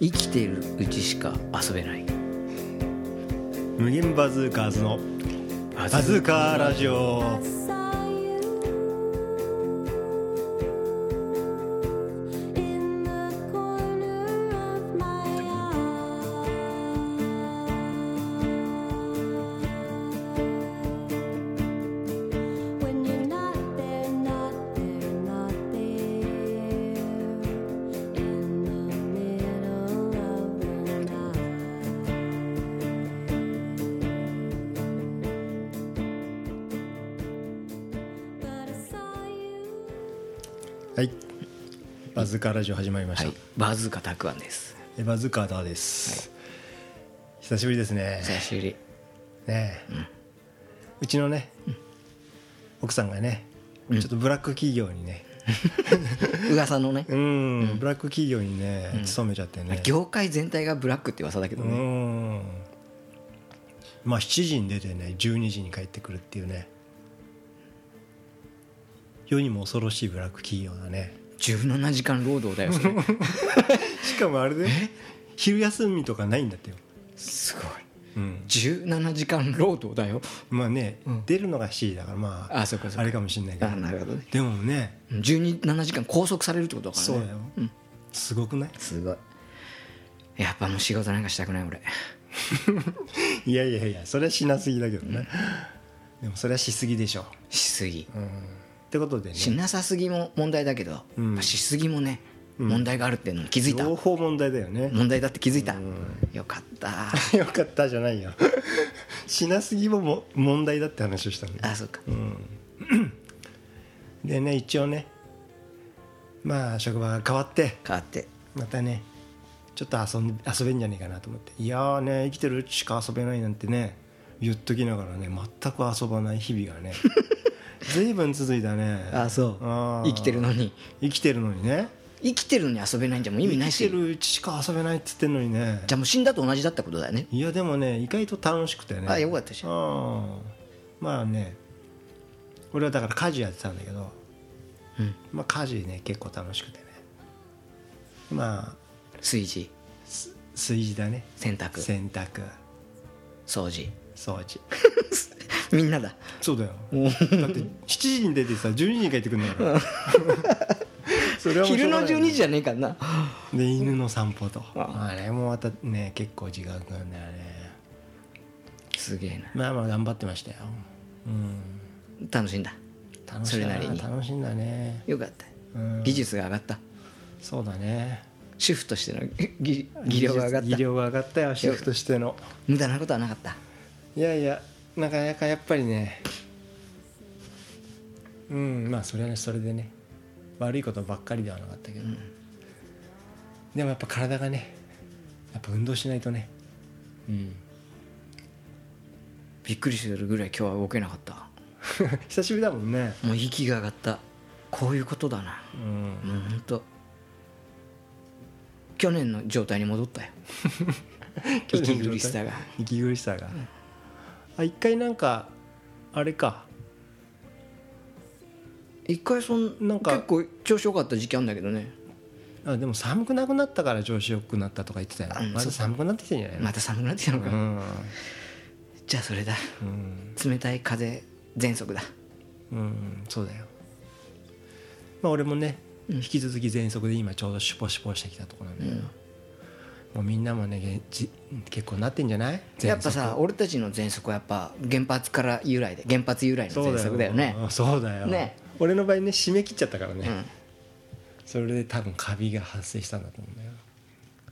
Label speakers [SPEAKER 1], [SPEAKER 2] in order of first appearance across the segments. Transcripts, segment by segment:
[SPEAKER 1] 生きてるうちしか遊べない
[SPEAKER 2] 無限バズーカーズのバズーカーラジオ
[SPEAKER 3] In the corner of my eye, when you're not there, not there, not there, in the middle of the night.
[SPEAKER 2] はいバズーカーラジオ始まりまし
[SPEAKER 1] は
[SPEAKER 2] た、
[SPEAKER 1] いバズーカたくあんです
[SPEAKER 2] えバズーカーダーです、久しぶりですね
[SPEAKER 1] 久しぶり
[SPEAKER 2] ねえ、うちのね、奥さんがねちょっとブラック企業にね
[SPEAKER 1] 噂のね
[SPEAKER 2] うん、ブラック企業にね、勤めちゃってね
[SPEAKER 1] 業界全体がブラックって噂だけど
[SPEAKER 2] う
[SPEAKER 1] ね
[SPEAKER 2] んまあ7時に出てね12時に帰ってくるっていうね世にも恐ろしいブラック企業だね
[SPEAKER 1] 17時間労働だよそ れ
[SPEAKER 2] しかもあれで昼休みとかないんだってよ、
[SPEAKER 1] すごい
[SPEAKER 2] うん、
[SPEAKER 1] 17時間労働だよ
[SPEAKER 2] まあね、
[SPEAKER 1] ん
[SPEAKER 2] 出るのが7時だからまあ
[SPEAKER 1] あそうかそうか
[SPEAKER 2] あれかもしれないけ
[SPEAKER 1] あ
[SPEAKER 2] ど
[SPEAKER 1] なるほどね
[SPEAKER 2] でもね
[SPEAKER 1] 17時間拘束されるってことだからね
[SPEAKER 2] そうだよ、すごくない
[SPEAKER 1] すごいやっぱもう仕事なんかしたくない俺
[SPEAKER 2] いやいやいやそれはしなすぎだけどね、でもそれはしすぎでしょ
[SPEAKER 1] しすぎ
[SPEAKER 2] う、うん、ってことでね
[SPEAKER 1] しなさすぎも問題だけど、
[SPEAKER 2] うん
[SPEAKER 1] まあしすぎもね問題があるっていうのに気づいた、
[SPEAKER 2] 両方問題だよね、
[SPEAKER 1] 問題だって気づいた、よかった
[SPEAKER 2] よかったじゃないよしなすぎもも問題だって話をしたんだ
[SPEAKER 1] あそうか、
[SPEAKER 2] でね一応ねまあ職場が変わって
[SPEAKER 1] 変わって
[SPEAKER 2] またねちょっと遊ん遊べんじゃねえかなと思っていやーね生きてるうちしか遊べないなんてね言っときながらね全く遊ばない日々 がね随分続いたね
[SPEAKER 1] あそう
[SPEAKER 2] あー
[SPEAKER 1] 生きてるのに
[SPEAKER 2] 生きてるのにね
[SPEAKER 1] 生きてるのに遊べないんじゃもう意味ないし
[SPEAKER 2] 生きてるうちしか遊べないっつってんのにね
[SPEAKER 1] じゃあもう死んだと同じだったことだよね
[SPEAKER 2] いやでもね意外と楽しくてね
[SPEAKER 1] あよかったじゃん
[SPEAKER 2] うんまあね俺はだから家事やってたんだけど、
[SPEAKER 1] うん
[SPEAKER 2] まあ家事ね結構楽しくてねまあ
[SPEAKER 1] 炊事
[SPEAKER 2] 炊事だね
[SPEAKER 1] 洗濯
[SPEAKER 2] 洗濯
[SPEAKER 1] 掃除
[SPEAKER 2] 掃除
[SPEAKER 1] みんなだ
[SPEAKER 2] そうだよだって7時に出てさ12時に帰ってくるんだから それはもうしょ
[SPEAKER 1] 昼
[SPEAKER 2] う
[SPEAKER 1] の
[SPEAKER 2] がない
[SPEAKER 1] 12時じゃねえかな
[SPEAKER 2] で犬の散歩と
[SPEAKER 1] あ
[SPEAKER 2] あれもまたね結構時間かかるんだよね
[SPEAKER 1] すげえな
[SPEAKER 2] まあまあ頑張ってましたようん
[SPEAKER 1] 楽しんだ
[SPEAKER 2] 楽し
[SPEAKER 1] そ
[SPEAKER 2] い
[SPEAKER 1] れ
[SPEAKER 2] な
[SPEAKER 1] なりに
[SPEAKER 2] 楽しいんだね
[SPEAKER 1] よかった
[SPEAKER 2] うん
[SPEAKER 1] 技術が上がった
[SPEAKER 2] そうだね
[SPEAKER 1] 主婦としての ぎ技量が上がった
[SPEAKER 2] 技量が上がったよシェフとしての
[SPEAKER 1] 無駄なことはなかった
[SPEAKER 2] いやいやなかなかやっぱりねうんまあそれはねそれでね悪いことばっかりではなかったけど、でもやっぱ体がねやっぱ運動しないとね
[SPEAKER 1] びっくりするぐらい今日は動けなかった
[SPEAKER 2] 久しぶりだもんね
[SPEAKER 1] もう息が上がったこういうことだな
[SPEAKER 2] うん
[SPEAKER 1] もうほんと去年の状態に戻 ったよ息苦しさが
[SPEAKER 2] 息苦しさが、あ一回なんかあれか
[SPEAKER 1] 一回そん
[SPEAKER 2] な
[SPEAKER 1] なんん
[SPEAKER 2] か
[SPEAKER 1] か結構調子良かった時期あるんだけどね
[SPEAKER 2] あでも寒くなくなったから調子よくなったとか言ってたよ、
[SPEAKER 1] うん
[SPEAKER 2] ま
[SPEAKER 1] そ
[SPEAKER 2] だ
[SPEAKER 1] う
[SPEAKER 2] 寒くなってきてんじゃないの、
[SPEAKER 1] また寒くなってきたのか、じゃあそれだ
[SPEAKER 2] うん
[SPEAKER 1] 冷たい風喘息だ
[SPEAKER 2] うん、うん、そうだよまあ俺もね引き続き喘息で今ちょうどシュポシュポしてきたとこなんだけど、もうみんなもねげじ結構なってんじゃない
[SPEAKER 1] やっぱさ俺たちの喘息はやっぱ原発から由来で原発由来の
[SPEAKER 2] 喘息
[SPEAKER 1] 喘息だよね
[SPEAKER 2] うんそうだよ、
[SPEAKER 1] ね
[SPEAKER 2] 俺の場合ね締め切っちゃったからね、
[SPEAKER 1] うん
[SPEAKER 2] それで多分カビが発生したんだと思うんだよ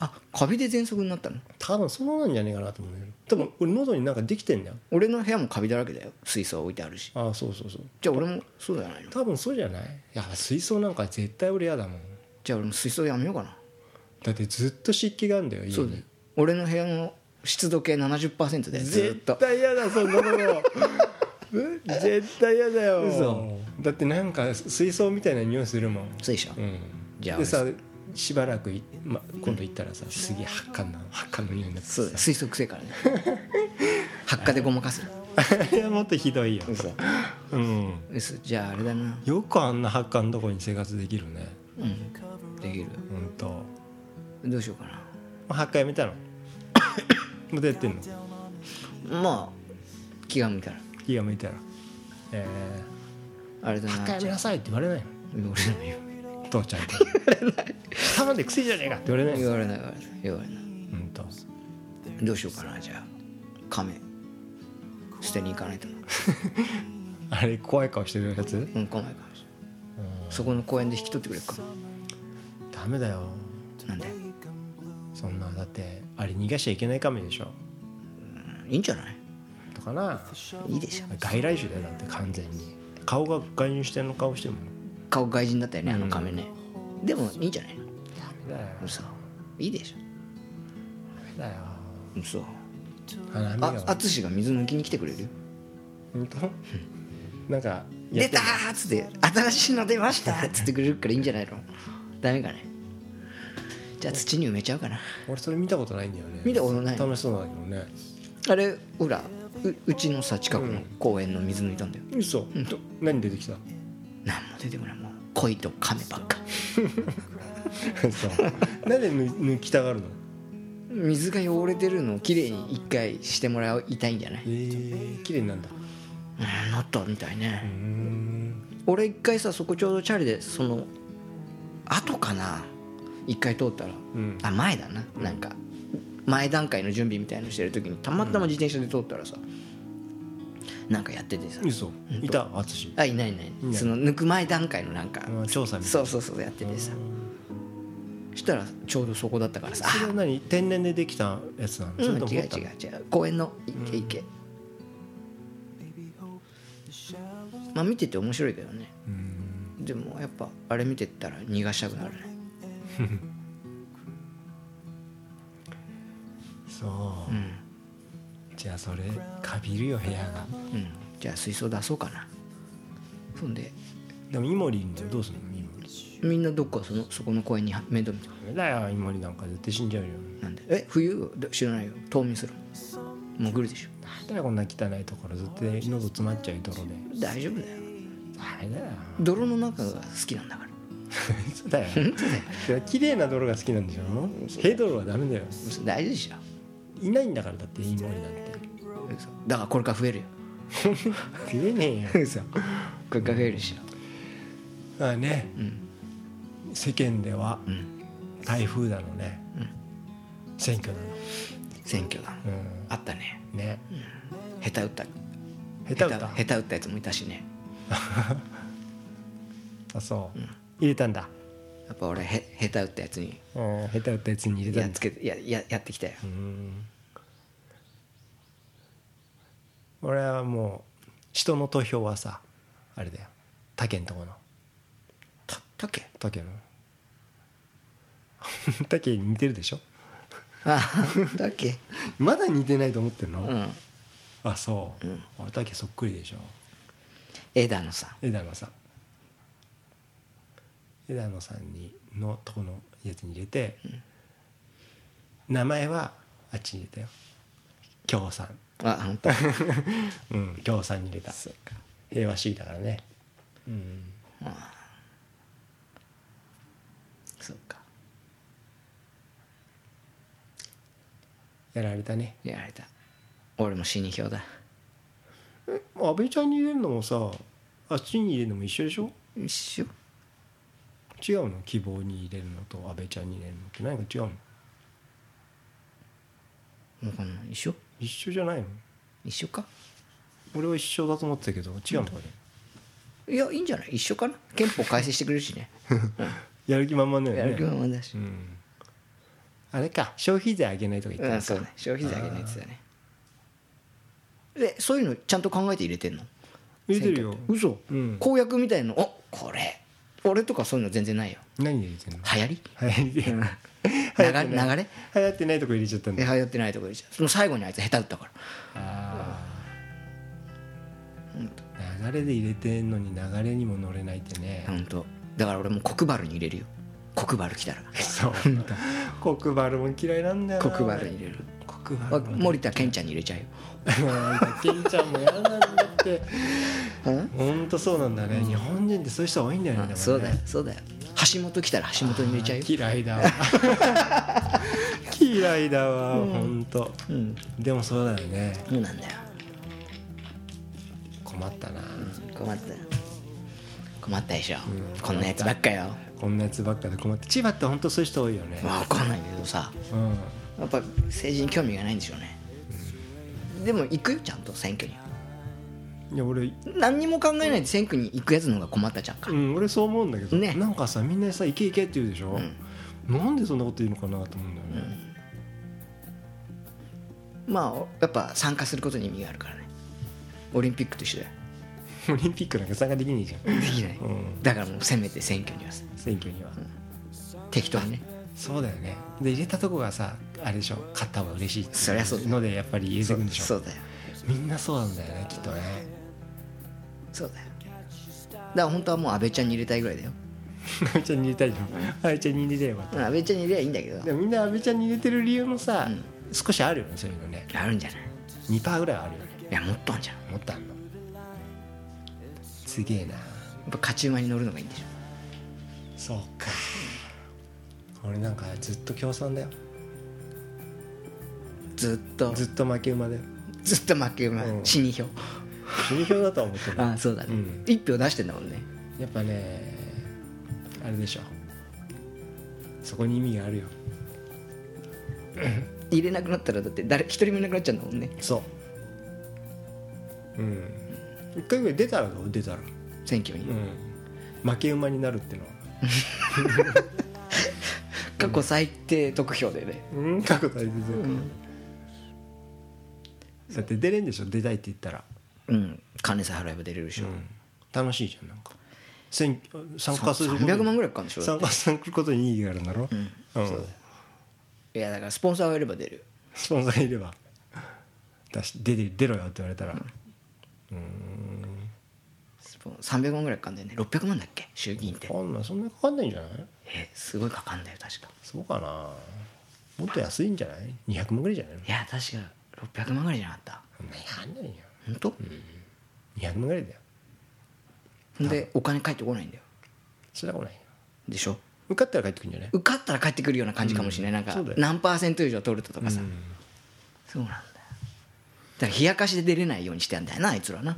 [SPEAKER 1] あカビで喘息になったの
[SPEAKER 2] 多分そうなんじゃねえかなと思うんだけど多分俺喉になんかできてんだよ
[SPEAKER 1] 俺の部屋もカビだらけだよ水槽置いてあるし
[SPEAKER 2] ああそうそうそう
[SPEAKER 1] じゃあ俺もそうじゃないの
[SPEAKER 2] 多分そうじゃないいや水槽なんか絶対俺嫌だもん
[SPEAKER 1] じゃあ俺も水槽やめようかな
[SPEAKER 2] だってずっと湿気があるんだよ家に
[SPEAKER 1] そうだよ俺の部屋の湿度計70%でずっ
[SPEAKER 2] 絶
[SPEAKER 1] と
[SPEAKER 2] 対嫌だそんなも の絶対嫌だよ
[SPEAKER 1] 嘘
[SPEAKER 2] だってなんか水槽みたいな匂いするもん、
[SPEAKER 1] そうでしょ、
[SPEAKER 2] うん、
[SPEAKER 1] じゃあ
[SPEAKER 2] でさしばらくい、ま、今度行ったらさすげえ発汗な発汗の匂いになって
[SPEAKER 1] そうだよ
[SPEAKER 2] さ
[SPEAKER 1] 水槽臭いからね発火でごまかす
[SPEAKER 2] いやもっとひどいよ、
[SPEAKER 1] 嘘
[SPEAKER 2] うん、
[SPEAKER 1] 嘘じゃああれだな
[SPEAKER 2] よくあんな発汗のとこに生活できるね
[SPEAKER 1] うんできる
[SPEAKER 2] ほんと
[SPEAKER 1] どうしようかな
[SPEAKER 2] もう8回や めたのまたやってんの
[SPEAKER 1] まあ気が向いたら
[SPEAKER 2] 気が向いたらえ
[SPEAKER 1] あれだ
[SPEAKER 2] ー、8
[SPEAKER 1] な
[SPEAKER 2] 回やめなさいって言われない
[SPEAKER 1] 言われないよ
[SPEAKER 2] の父ちゃんから下まで癖じゃねえかって言われないの
[SPEAKER 1] 言われない言われない言われない
[SPEAKER 2] うんと
[SPEAKER 1] どうしようかなじゃあ亀捨てに行かないとな
[SPEAKER 2] あれ怖い顔してるやつ
[SPEAKER 1] うん来ないかもしれないそこの公園で引き取ってくれるか
[SPEAKER 2] ダメだよ
[SPEAKER 1] なんで
[SPEAKER 2] そんなだってあれ逃がしちゃいけない亀でしょ
[SPEAKER 1] いいんじゃない
[SPEAKER 2] とかない
[SPEAKER 1] いでしょ
[SPEAKER 2] 外来種だよだって完全に顔が外入してんの顔してるもん
[SPEAKER 1] 顔外人だったよねあの亀ね、でもいいんじゃない
[SPEAKER 2] ダメだよ
[SPEAKER 1] 嘘いいでし
[SPEAKER 2] ダメだよ
[SPEAKER 1] ょ嘘
[SPEAKER 2] 花見
[SPEAKER 1] あ
[SPEAKER 2] が
[SPEAKER 1] 淳が水抜きに来てくれるよ
[SPEAKER 2] 本当なんかや
[SPEAKER 1] 出
[SPEAKER 2] って
[SPEAKER 1] た
[SPEAKER 2] んの
[SPEAKER 1] ーっつって新しいの出ましたーっつってくれるからいいんじゃないの ダメかねじゃあ土に埋めちゃうかな
[SPEAKER 2] 俺それ見たことないんだよね
[SPEAKER 1] 見たことない
[SPEAKER 2] 楽しそうだけどね
[SPEAKER 1] あれほらううちのさ近くの公園の水抜いたんだよ、
[SPEAKER 2] 嘘、ど何出てきた
[SPEAKER 1] 何も出てこないもう鯉と亀ばっか
[SPEAKER 2] そうなんで抜抜きたがるの
[SPEAKER 1] 水が汚れてるのをきれいに一回してもらいたいんじゃない
[SPEAKER 2] えー、綺麗になんだ
[SPEAKER 1] うんなったみたいう
[SPEAKER 2] ー
[SPEAKER 1] ね、
[SPEAKER 2] ん
[SPEAKER 1] 俺一回さそこちょうどチャリでその後かな一回通ったら、
[SPEAKER 2] うん
[SPEAKER 1] あ前だななんか前段階の準備みたいのしてる時にたまたま自転車で通ったらさ、なんかやっててさ、
[SPEAKER 2] 嘘いた淳
[SPEAKER 1] あいないいない
[SPEAKER 2] いない
[SPEAKER 1] その抜く前段階のなんか、
[SPEAKER 2] うん調査みたい
[SPEAKER 1] そうそうそうやっててさしたらちょうどそこだったからさ
[SPEAKER 2] なそれは何天然でできたやつなの、
[SPEAKER 1] うん、
[SPEAKER 2] それ
[SPEAKER 1] 違
[SPEAKER 2] と
[SPEAKER 1] う
[SPEAKER 2] も
[SPEAKER 1] 違う
[SPEAKER 2] 掘ったの
[SPEAKER 1] 違う公園の池池、まあ見てて面白いけどね
[SPEAKER 2] うん
[SPEAKER 1] でもやっぱあれ見てったら逃がしたくなるね
[SPEAKER 2] そう、
[SPEAKER 1] うん、
[SPEAKER 2] じゃあそれかびるよ部屋が
[SPEAKER 1] うん、じゃあ水槽出そうかなそんで
[SPEAKER 2] でもイモリいるんだよどうするのイモリ
[SPEAKER 1] みんなどっかそのそこの公園に面倒見て
[SPEAKER 2] ダメだよイモリなんか絶対死んじゃうよ
[SPEAKER 1] なんでえ冬で知らないよ冬眠する潜るでしょ
[SPEAKER 2] なんだよこんな汚いところ絶対喉詰まっちゃう泥で
[SPEAKER 1] 大丈夫だよ
[SPEAKER 2] あれだよ
[SPEAKER 1] 泥の中が好きなんだから
[SPEAKER 2] 嘘だよいや綺麗な泥が好きなんでしょヘドロはダメだよ
[SPEAKER 1] 嘘大丈夫でしょ
[SPEAKER 2] いないんだからだってイモリなんて
[SPEAKER 1] 嘘だからこれから増えるよ
[SPEAKER 2] 食えねえよ
[SPEAKER 1] 嘘これから増えるでし
[SPEAKER 2] まあね
[SPEAKER 1] ょうん
[SPEAKER 2] 世間では
[SPEAKER 1] うん
[SPEAKER 2] 台風だのね、選挙だの
[SPEAKER 1] 選挙だ、あったね
[SPEAKER 2] うんね
[SPEAKER 1] 下手打った
[SPEAKER 2] 下手歌
[SPEAKER 1] 下手打ったやつもいたしね
[SPEAKER 2] あそう、入れたんだ、
[SPEAKER 1] やっぱ俺へ下手打ったやつに
[SPEAKER 2] うん、下手歌やつに入れた
[SPEAKER 1] やっ
[SPEAKER 2] んだ
[SPEAKER 1] つけてやややってきたよ、
[SPEAKER 2] うん俺はもう人の投票はさあれだよ他県とこの
[SPEAKER 1] たたけ
[SPEAKER 2] 他県の 他県似てる でしょ
[SPEAKER 1] あたけ
[SPEAKER 2] まだ似てないと思ってるの、
[SPEAKER 1] うん
[SPEAKER 2] あそう、俺だけそっくりでしょ
[SPEAKER 1] 枝野さ
[SPEAKER 2] 枝野さん枝野さんにのとこのやつに入れて、名前はあっちに入れたよ共 産
[SPEAKER 1] んあ本当。
[SPEAKER 2] うん共産に入れた平和主義だからねうん
[SPEAKER 1] そうか
[SPEAKER 2] やられたね
[SPEAKER 1] やられた俺も死に票だ
[SPEAKER 2] え安倍ちゃんに入れるのもさあっちに入れるのも一緒でしょ
[SPEAKER 1] 一緒
[SPEAKER 2] 違うの希望に入れるのと安倍ちゃんに入れるのって何か違うの
[SPEAKER 1] わかんない一緒
[SPEAKER 2] 一緒じゃないの
[SPEAKER 1] 一緒か
[SPEAKER 2] 俺は一緒だと思ってたけど違うのかね、
[SPEAKER 1] いやいいんじゃない一緒かな憲法改正してくれるしね
[SPEAKER 2] やる気満々だよね
[SPEAKER 1] やる気満々だし、
[SPEAKER 2] うんあれか消費税上げないとか言っ
[SPEAKER 1] う
[SPEAKER 2] て
[SPEAKER 1] ん、そうね消費税上げないって言ってたねえそういうのちゃんと考えて入れてんの
[SPEAKER 2] 入れてるよ
[SPEAKER 1] 嘘、
[SPEAKER 2] うん
[SPEAKER 1] 公約みたいのおこれ俺とかそういうの全然ないよ
[SPEAKER 2] 何入れてんの
[SPEAKER 1] 流行り
[SPEAKER 2] 流行ってない
[SPEAKER 1] 流れ流れ
[SPEAKER 2] 流行ってないとこ入れちゃったん
[SPEAKER 1] で
[SPEAKER 2] だ
[SPEAKER 1] 流行ってないとこでしょその最後にあいつ下手打ったから
[SPEAKER 2] あー流れで入れてんのに流れにも乗れないってね
[SPEAKER 1] 本当だから俺もうコクバルに入れるよコクバル来たら
[SPEAKER 2] そう黒バルも嫌いなんだよな
[SPEAKER 1] コクバルに入れる
[SPEAKER 2] 黒
[SPEAKER 1] わ
[SPEAKER 2] バルも
[SPEAKER 1] 森田健ちゃんに入れちゃうよ
[SPEAKER 2] 金ちゃんも嫌なんだって
[SPEAKER 1] うん
[SPEAKER 2] ほんとそうなんだね日本人ってそういう人多いんだよねでもね
[SPEAKER 1] そうだよそうだよ橋本来たら橋本に入れちゃうよ
[SPEAKER 2] 嫌いだ嫌嫌いだわ本当、
[SPEAKER 1] うん
[SPEAKER 2] でもそうだよね
[SPEAKER 1] そうなんだよ
[SPEAKER 2] 困ったな
[SPEAKER 1] 困った困ったでしょ、こんなやつばっかよ
[SPEAKER 2] こんなやつばっかで困って千葉って本当そういう人多いよね
[SPEAKER 1] まあ分かんないけどさ
[SPEAKER 2] うん
[SPEAKER 1] やっぱ政治に興味がないんでしょうね、でも行くよちゃんと選挙にはい
[SPEAKER 2] や俺
[SPEAKER 1] 何にも考えないで選挙に行くやつの方が困ったじゃんか、
[SPEAKER 2] うん、俺そう思うんだけど、
[SPEAKER 1] ね
[SPEAKER 2] なんかさみんなさ「いけいけ」って言うでしょ、なんでそんなこと言うのかなと思うんだよね、
[SPEAKER 1] まあやっぱ参加することに意味があるからねオリンピックと一緒だよ
[SPEAKER 2] オリンピックなんか参加できねえじゃん
[SPEAKER 1] できない、
[SPEAKER 2] うん
[SPEAKER 1] だからもうせめて選挙にはさ
[SPEAKER 2] 選挙には、
[SPEAKER 1] 適当にね
[SPEAKER 2] そうだよねで入れたとこがさあれでしょ勝った方が嬉しいっていう
[SPEAKER 1] そりゃそうだよ
[SPEAKER 2] のでやっぱり入れてくんでしょ
[SPEAKER 1] そうだよ
[SPEAKER 2] みんなそうなんだよねきっとね
[SPEAKER 1] そうだよだから本当はもう安倍ちゃんに入れたいぐらいだよ
[SPEAKER 2] 阿部ちゃんに入れたいの阿部ちゃんに入れれば
[SPEAKER 1] うん安倍ちゃんに入れりゃいいんだけど
[SPEAKER 2] でもみんな阿部ちゃんに入れてる理由もさ、少しあるよねそういうのね
[SPEAKER 1] あるんじゃない
[SPEAKER 2] 2%ぐらいはあるよね
[SPEAKER 1] いやもっとあんじゃんや
[SPEAKER 2] もっとあんのすげえな
[SPEAKER 1] っぱ勝ち馬に乗るのがいいんでしょ
[SPEAKER 2] そうか俺なんかずっと共産だよ
[SPEAKER 1] ずっと
[SPEAKER 2] ずっと負け馬だよ
[SPEAKER 1] ずっと負け馬
[SPEAKER 2] うん
[SPEAKER 1] 死に票
[SPEAKER 2] 死に票だとは思ってる
[SPEAKER 1] ああそうだね、
[SPEAKER 2] うん
[SPEAKER 1] 一票出してんだもんね
[SPEAKER 2] やっぱねあれでしょそこに意味があるよ
[SPEAKER 1] 入れなくなったらだって誰一人もいなくなっちゃうんだもんね
[SPEAKER 2] そううん一回ぐらい出たらどう出たら
[SPEAKER 1] 選挙に、
[SPEAKER 2] うん負け馬になるってのは
[SPEAKER 1] 過去最低得票でね
[SPEAKER 2] うん過去大切だよだって出れんでしょ出たいって言ったら
[SPEAKER 1] うん金さえ払えば出れるでしょ、
[SPEAKER 2] 楽しいじゃんなんか選参加する
[SPEAKER 1] 300万ぐらいかかるんでしょ
[SPEAKER 2] 参加することに意義があるんだろうん、
[SPEAKER 1] いやだからスポンサーがいれば出る
[SPEAKER 2] スポンサーがいれば出し出て出ろよって言われたら、
[SPEAKER 1] スポン300万ぐらいかかんだよね600万だっけ衆議院って
[SPEAKER 2] あんなそんなかかんないんじゃない
[SPEAKER 1] えすごいかかんだよ確か
[SPEAKER 2] そうかなもっと安いんじゃない200万ぐらいじゃない
[SPEAKER 1] いや確か600万ぐらいじゃなかった
[SPEAKER 2] そんなにかかんないよ
[SPEAKER 1] 本当、
[SPEAKER 2] 200万ぐらいだよ
[SPEAKER 1] ほんでお金返ってこないんだよ
[SPEAKER 2] それは来ないよ
[SPEAKER 1] でしょ
[SPEAKER 2] 受かったら帰ってくるんじゃない
[SPEAKER 1] 受かったら返ってくるような感じかもしれない、なん
[SPEAKER 2] そう
[SPEAKER 1] か
[SPEAKER 2] だよ
[SPEAKER 1] 何パーセント以上取るととかさ、そうなんだよだから冷やかしで出れないようにしてあんだよなあいつらな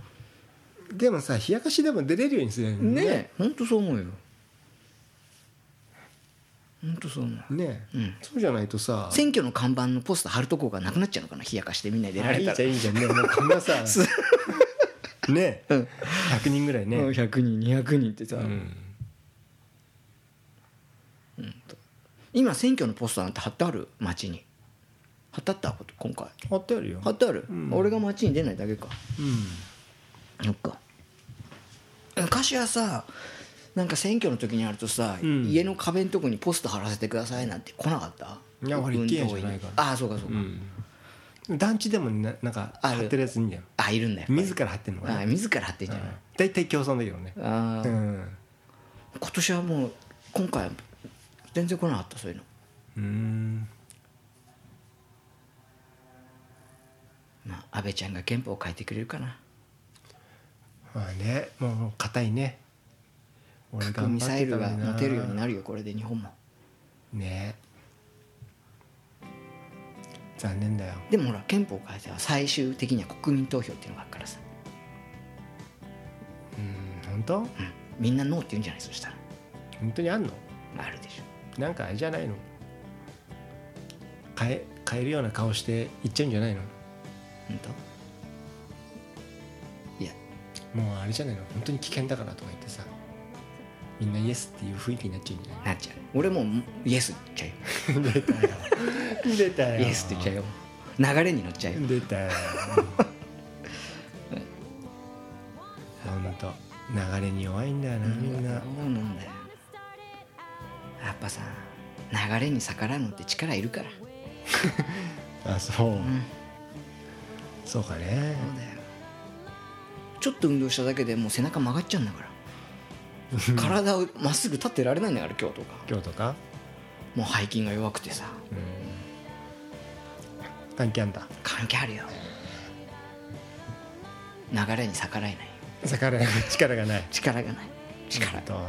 [SPEAKER 2] でもさ冷やかしでも出れるようにするよ
[SPEAKER 1] ねえほんとそう思うよほんとそう思う
[SPEAKER 2] ねえ、そうじゃないとさ
[SPEAKER 1] 選挙の看板のポスター貼るとこがなくなっちゃうのかな冷やかしてみんなで出ら
[SPEAKER 2] あ
[SPEAKER 1] れ
[SPEAKER 2] い
[SPEAKER 1] たら
[SPEAKER 2] いじゃんいいじゃんねもうこんな さねえ、100人ぐらいね、
[SPEAKER 1] うん100人200人ってさ、
[SPEAKER 2] うん
[SPEAKER 1] 今選挙のポスターなんて貼ってある街に貼ってあったこと今回
[SPEAKER 2] 貼ってあるよ
[SPEAKER 1] 貼ってある、俺が街に出ないだけかそっか昔はさなんか選挙の時にあるとさ、
[SPEAKER 2] ん
[SPEAKER 1] 家の壁のとこにポスター貼らせてくださいなんて来なかった
[SPEAKER 2] いや俺
[SPEAKER 1] 運動
[SPEAKER 2] 一軒家じゃないから
[SPEAKER 1] ああそうかそうか、
[SPEAKER 2] うん団地でもななんか
[SPEAKER 1] ある
[SPEAKER 2] 貼ってるやついいんだよ
[SPEAKER 1] あいるんだよ
[SPEAKER 2] 自ら貼ってんのか
[SPEAKER 1] あ
[SPEAKER 2] な
[SPEAKER 1] 自ら貼ってんじゃない、
[SPEAKER 2] 大体共産だけどね
[SPEAKER 1] あ
[SPEAKER 2] う
[SPEAKER 1] ー
[SPEAKER 2] ん
[SPEAKER 1] 今年はもう今回は全然来なかったそういうの
[SPEAKER 2] うん
[SPEAKER 1] まあ安倍ちゃんが憲法を変えてくれるかな
[SPEAKER 2] まあねもう硬いね俺
[SPEAKER 1] 核ミサイルが
[SPEAKER 2] 頑張ってたのにな
[SPEAKER 1] 持てるようになるよこれで日本も
[SPEAKER 2] ね残念だよ
[SPEAKER 1] でもほら憲法改正は最終的には国民投票っていうのがあるからさ
[SPEAKER 2] うん本当
[SPEAKER 1] みんなノーって言うんじゃないそしたら
[SPEAKER 2] 本当にあんの
[SPEAKER 1] あるでしょ
[SPEAKER 2] なんかあれじゃないの変え変えるような顔していっちゃうんじゃないの
[SPEAKER 1] 本当いや
[SPEAKER 2] もうあれじゃないの本当に危険だからとか言ってさみんなイエスっていう雰囲気になっちゃうんじゃない
[SPEAKER 1] なっちゃう俺もうイエスって言っちゃ
[SPEAKER 2] 出たよ出た
[SPEAKER 1] う
[SPEAKER 2] よ
[SPEAKER 1] よイエスって言っちゃうよ流れに乗っちゃうよ
[SPEAKER 2] 出たよ本当流れに弱いんだよなみんな
[SPEAKER 1] そうなんだよやっぱさ流れに逆らうのって力いるからそう
[SPEAKER 2] あそう、そうかね
[SPEAKER 1] だよちょっと運動しただけでもう背中曲がっちゃうんだ から体をまっすぐ立ってられないんだから今日とか
[SPEAKER 2] 今日とか、
[SPEAKER 1] もう背筋が弱くてさ
[SPEAKER 2] うん、関係あんだ
[SPEAKER 1] 関係あるよ流れに逆らえない
[SPEAKER 2] 逆らえない力がない
[SPEAKER 1] 力がない力
[SPEAKER 2] とおい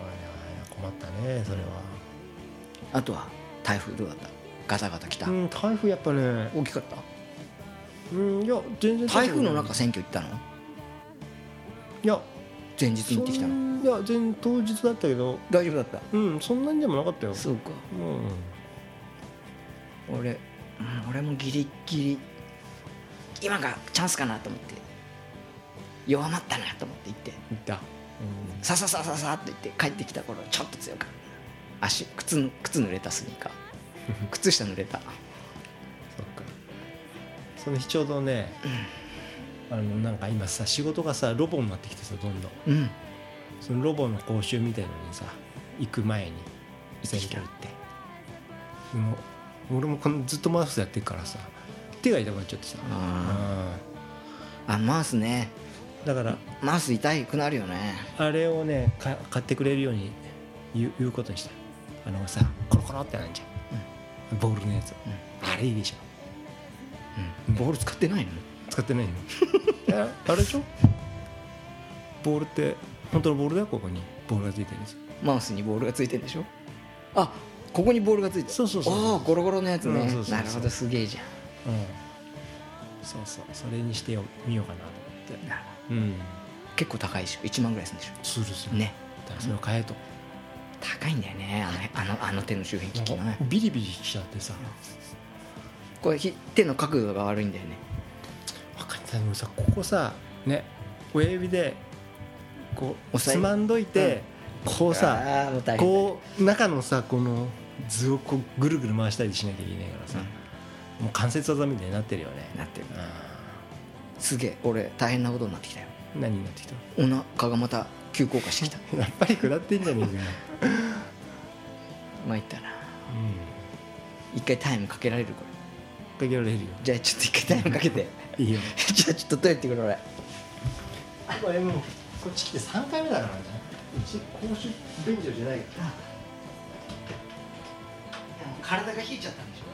[SPEAKER 2] おい困ったねそれは
[SPEAKER 1] あとは台風どうだったガタガタ来た、
[SPEAKER 2] うん台風やっぱね
[SPEAKER 1] 大きかった
[SPEAKER 2] うんいや全然
[SPEAKER 1] 台風の
[SPEAKER 2] い
[SPEAKER 1] 中選挙行ったの
[SPEAKER 2] や
[SPEAKER 1] 前日に行ってきたの
[SPEAKER 2] のいや全然当日だったけど
[SPEAKER 1] 大丈夫だった
[SPEAKER 2] うんそんなんでもなかったよ
[SPEAKER 1] そうか
[SPEAKER 2] うん
[SPEAKER 1] 俺うん俺もギリギリ今がチャンスかなと思って弱まったなと思って行って
[SPEAKER 2] 行った
[SPEAKER 1] さささささって言って帰ってきた頃ちょっと強かった足靴の靴濡れたスニー カー靴下濡れた
[SPEAKER 2] そっかその日ちょうどね、あのなんか今さ仕事がさロボになってきてさどんどん
[SPEAKER 1] うん
[SPEAKER 2] そのロボの講習みたいのにさ行く前に
[SPEAKER 1] 行って
[SPEAKER 2] 選
[SPEAKER 1] きた
[SPEAKER 2] 挙行ってでも俺もこのずっとマウスやってるからさ手が痛くなっちゃってさ
[SPEAKER 1] あ
[SPEAKER 2] うん
[SPEAKER 1] あマウスね
[SPEAKER 2] だから
[SPEAKER 1] マウス痛くなるよね
[SPEAKER 2] あれをねか買ってくれるように言う言うことにしたあのさコロコロってなんじゃん、ボールのやつ、あれいいでしょ
[SPEAKER 1] ボール使ってないの
[SPEAKER 2] 使って ないのえあれでしょボールって本当のボールだよここにボールがついてるんですよ
[SPEAKER 1] マウスにボールがついてるでしょあここにボールがついてる
[SPEAKER 2] そうそうそう
[SPEAKER 1] ああゴロゴロのやつね、
[SPEAKER 2] うんそうそうそう
[SPEAKER 1] なるほどすげえじゃん
[SPEAKER 2] うんそうそうそれにしてよみようかなと
[SPEAKER 1] なるほど
[SPEAKER 2] 思ってうん
[SPEAKER 1] 結構高いでしょ1万ぐらいするんでし
[SPEAKER 2] するす
[SPEAKER 1] ょね
[SPEAKER 2] だからそれを変えと
[SPEAKER 1] 高いんだよねあのあのあの手の周辺機器の
[SPEAKER 2] なん
[SPEAKER 1] ね
[SPEAKER 2] かビリビリしちゃってさ
[SPEAKER 1] これひ手の角度が悪いんだよね
[SPEAKER 2] 分かったでもさここさね親指でこう
[SPEAKER 1] 押さえ
[SPEAKER 2] つまんどいて、こうさ
[SPEAKER 1] あーもう大変だね
[SPEAKER 2] こう中のさこの図をこうぐるぐる回したりしなきゃいけないからさ、もう関節技みたいになってるよね
[SPEAKER 1] なってる
[SPEAKER 2] あ
[SPEAKER 1] すげえ俺大変なことになってきたよ
[SPEAKER 2] ー何になってきた
[SPEAKER 1] お腹がまた急降下してきた
[SPEAKER 2] やっぱり下ってんじゃねえかよ、
[SPEAKER 1] まいったな
[SPEAKER 2] う
[SPEAKER 1] 一回タイムかけられるこ
[SPEAKER 2] ん、かけられるよ
[SPEAKER 1] れじゃあちょっと一回タイムかけて
[SPEAKER 2] いいよ
[SPEAKER 1] じゃあちょっとトイレ行ってくる俺
[SPEAKER 2] これもうこっち来て3回目だからねうち公衆便所じゃないから
[SPEAKER 1] 体が冷えちゃったんでしょ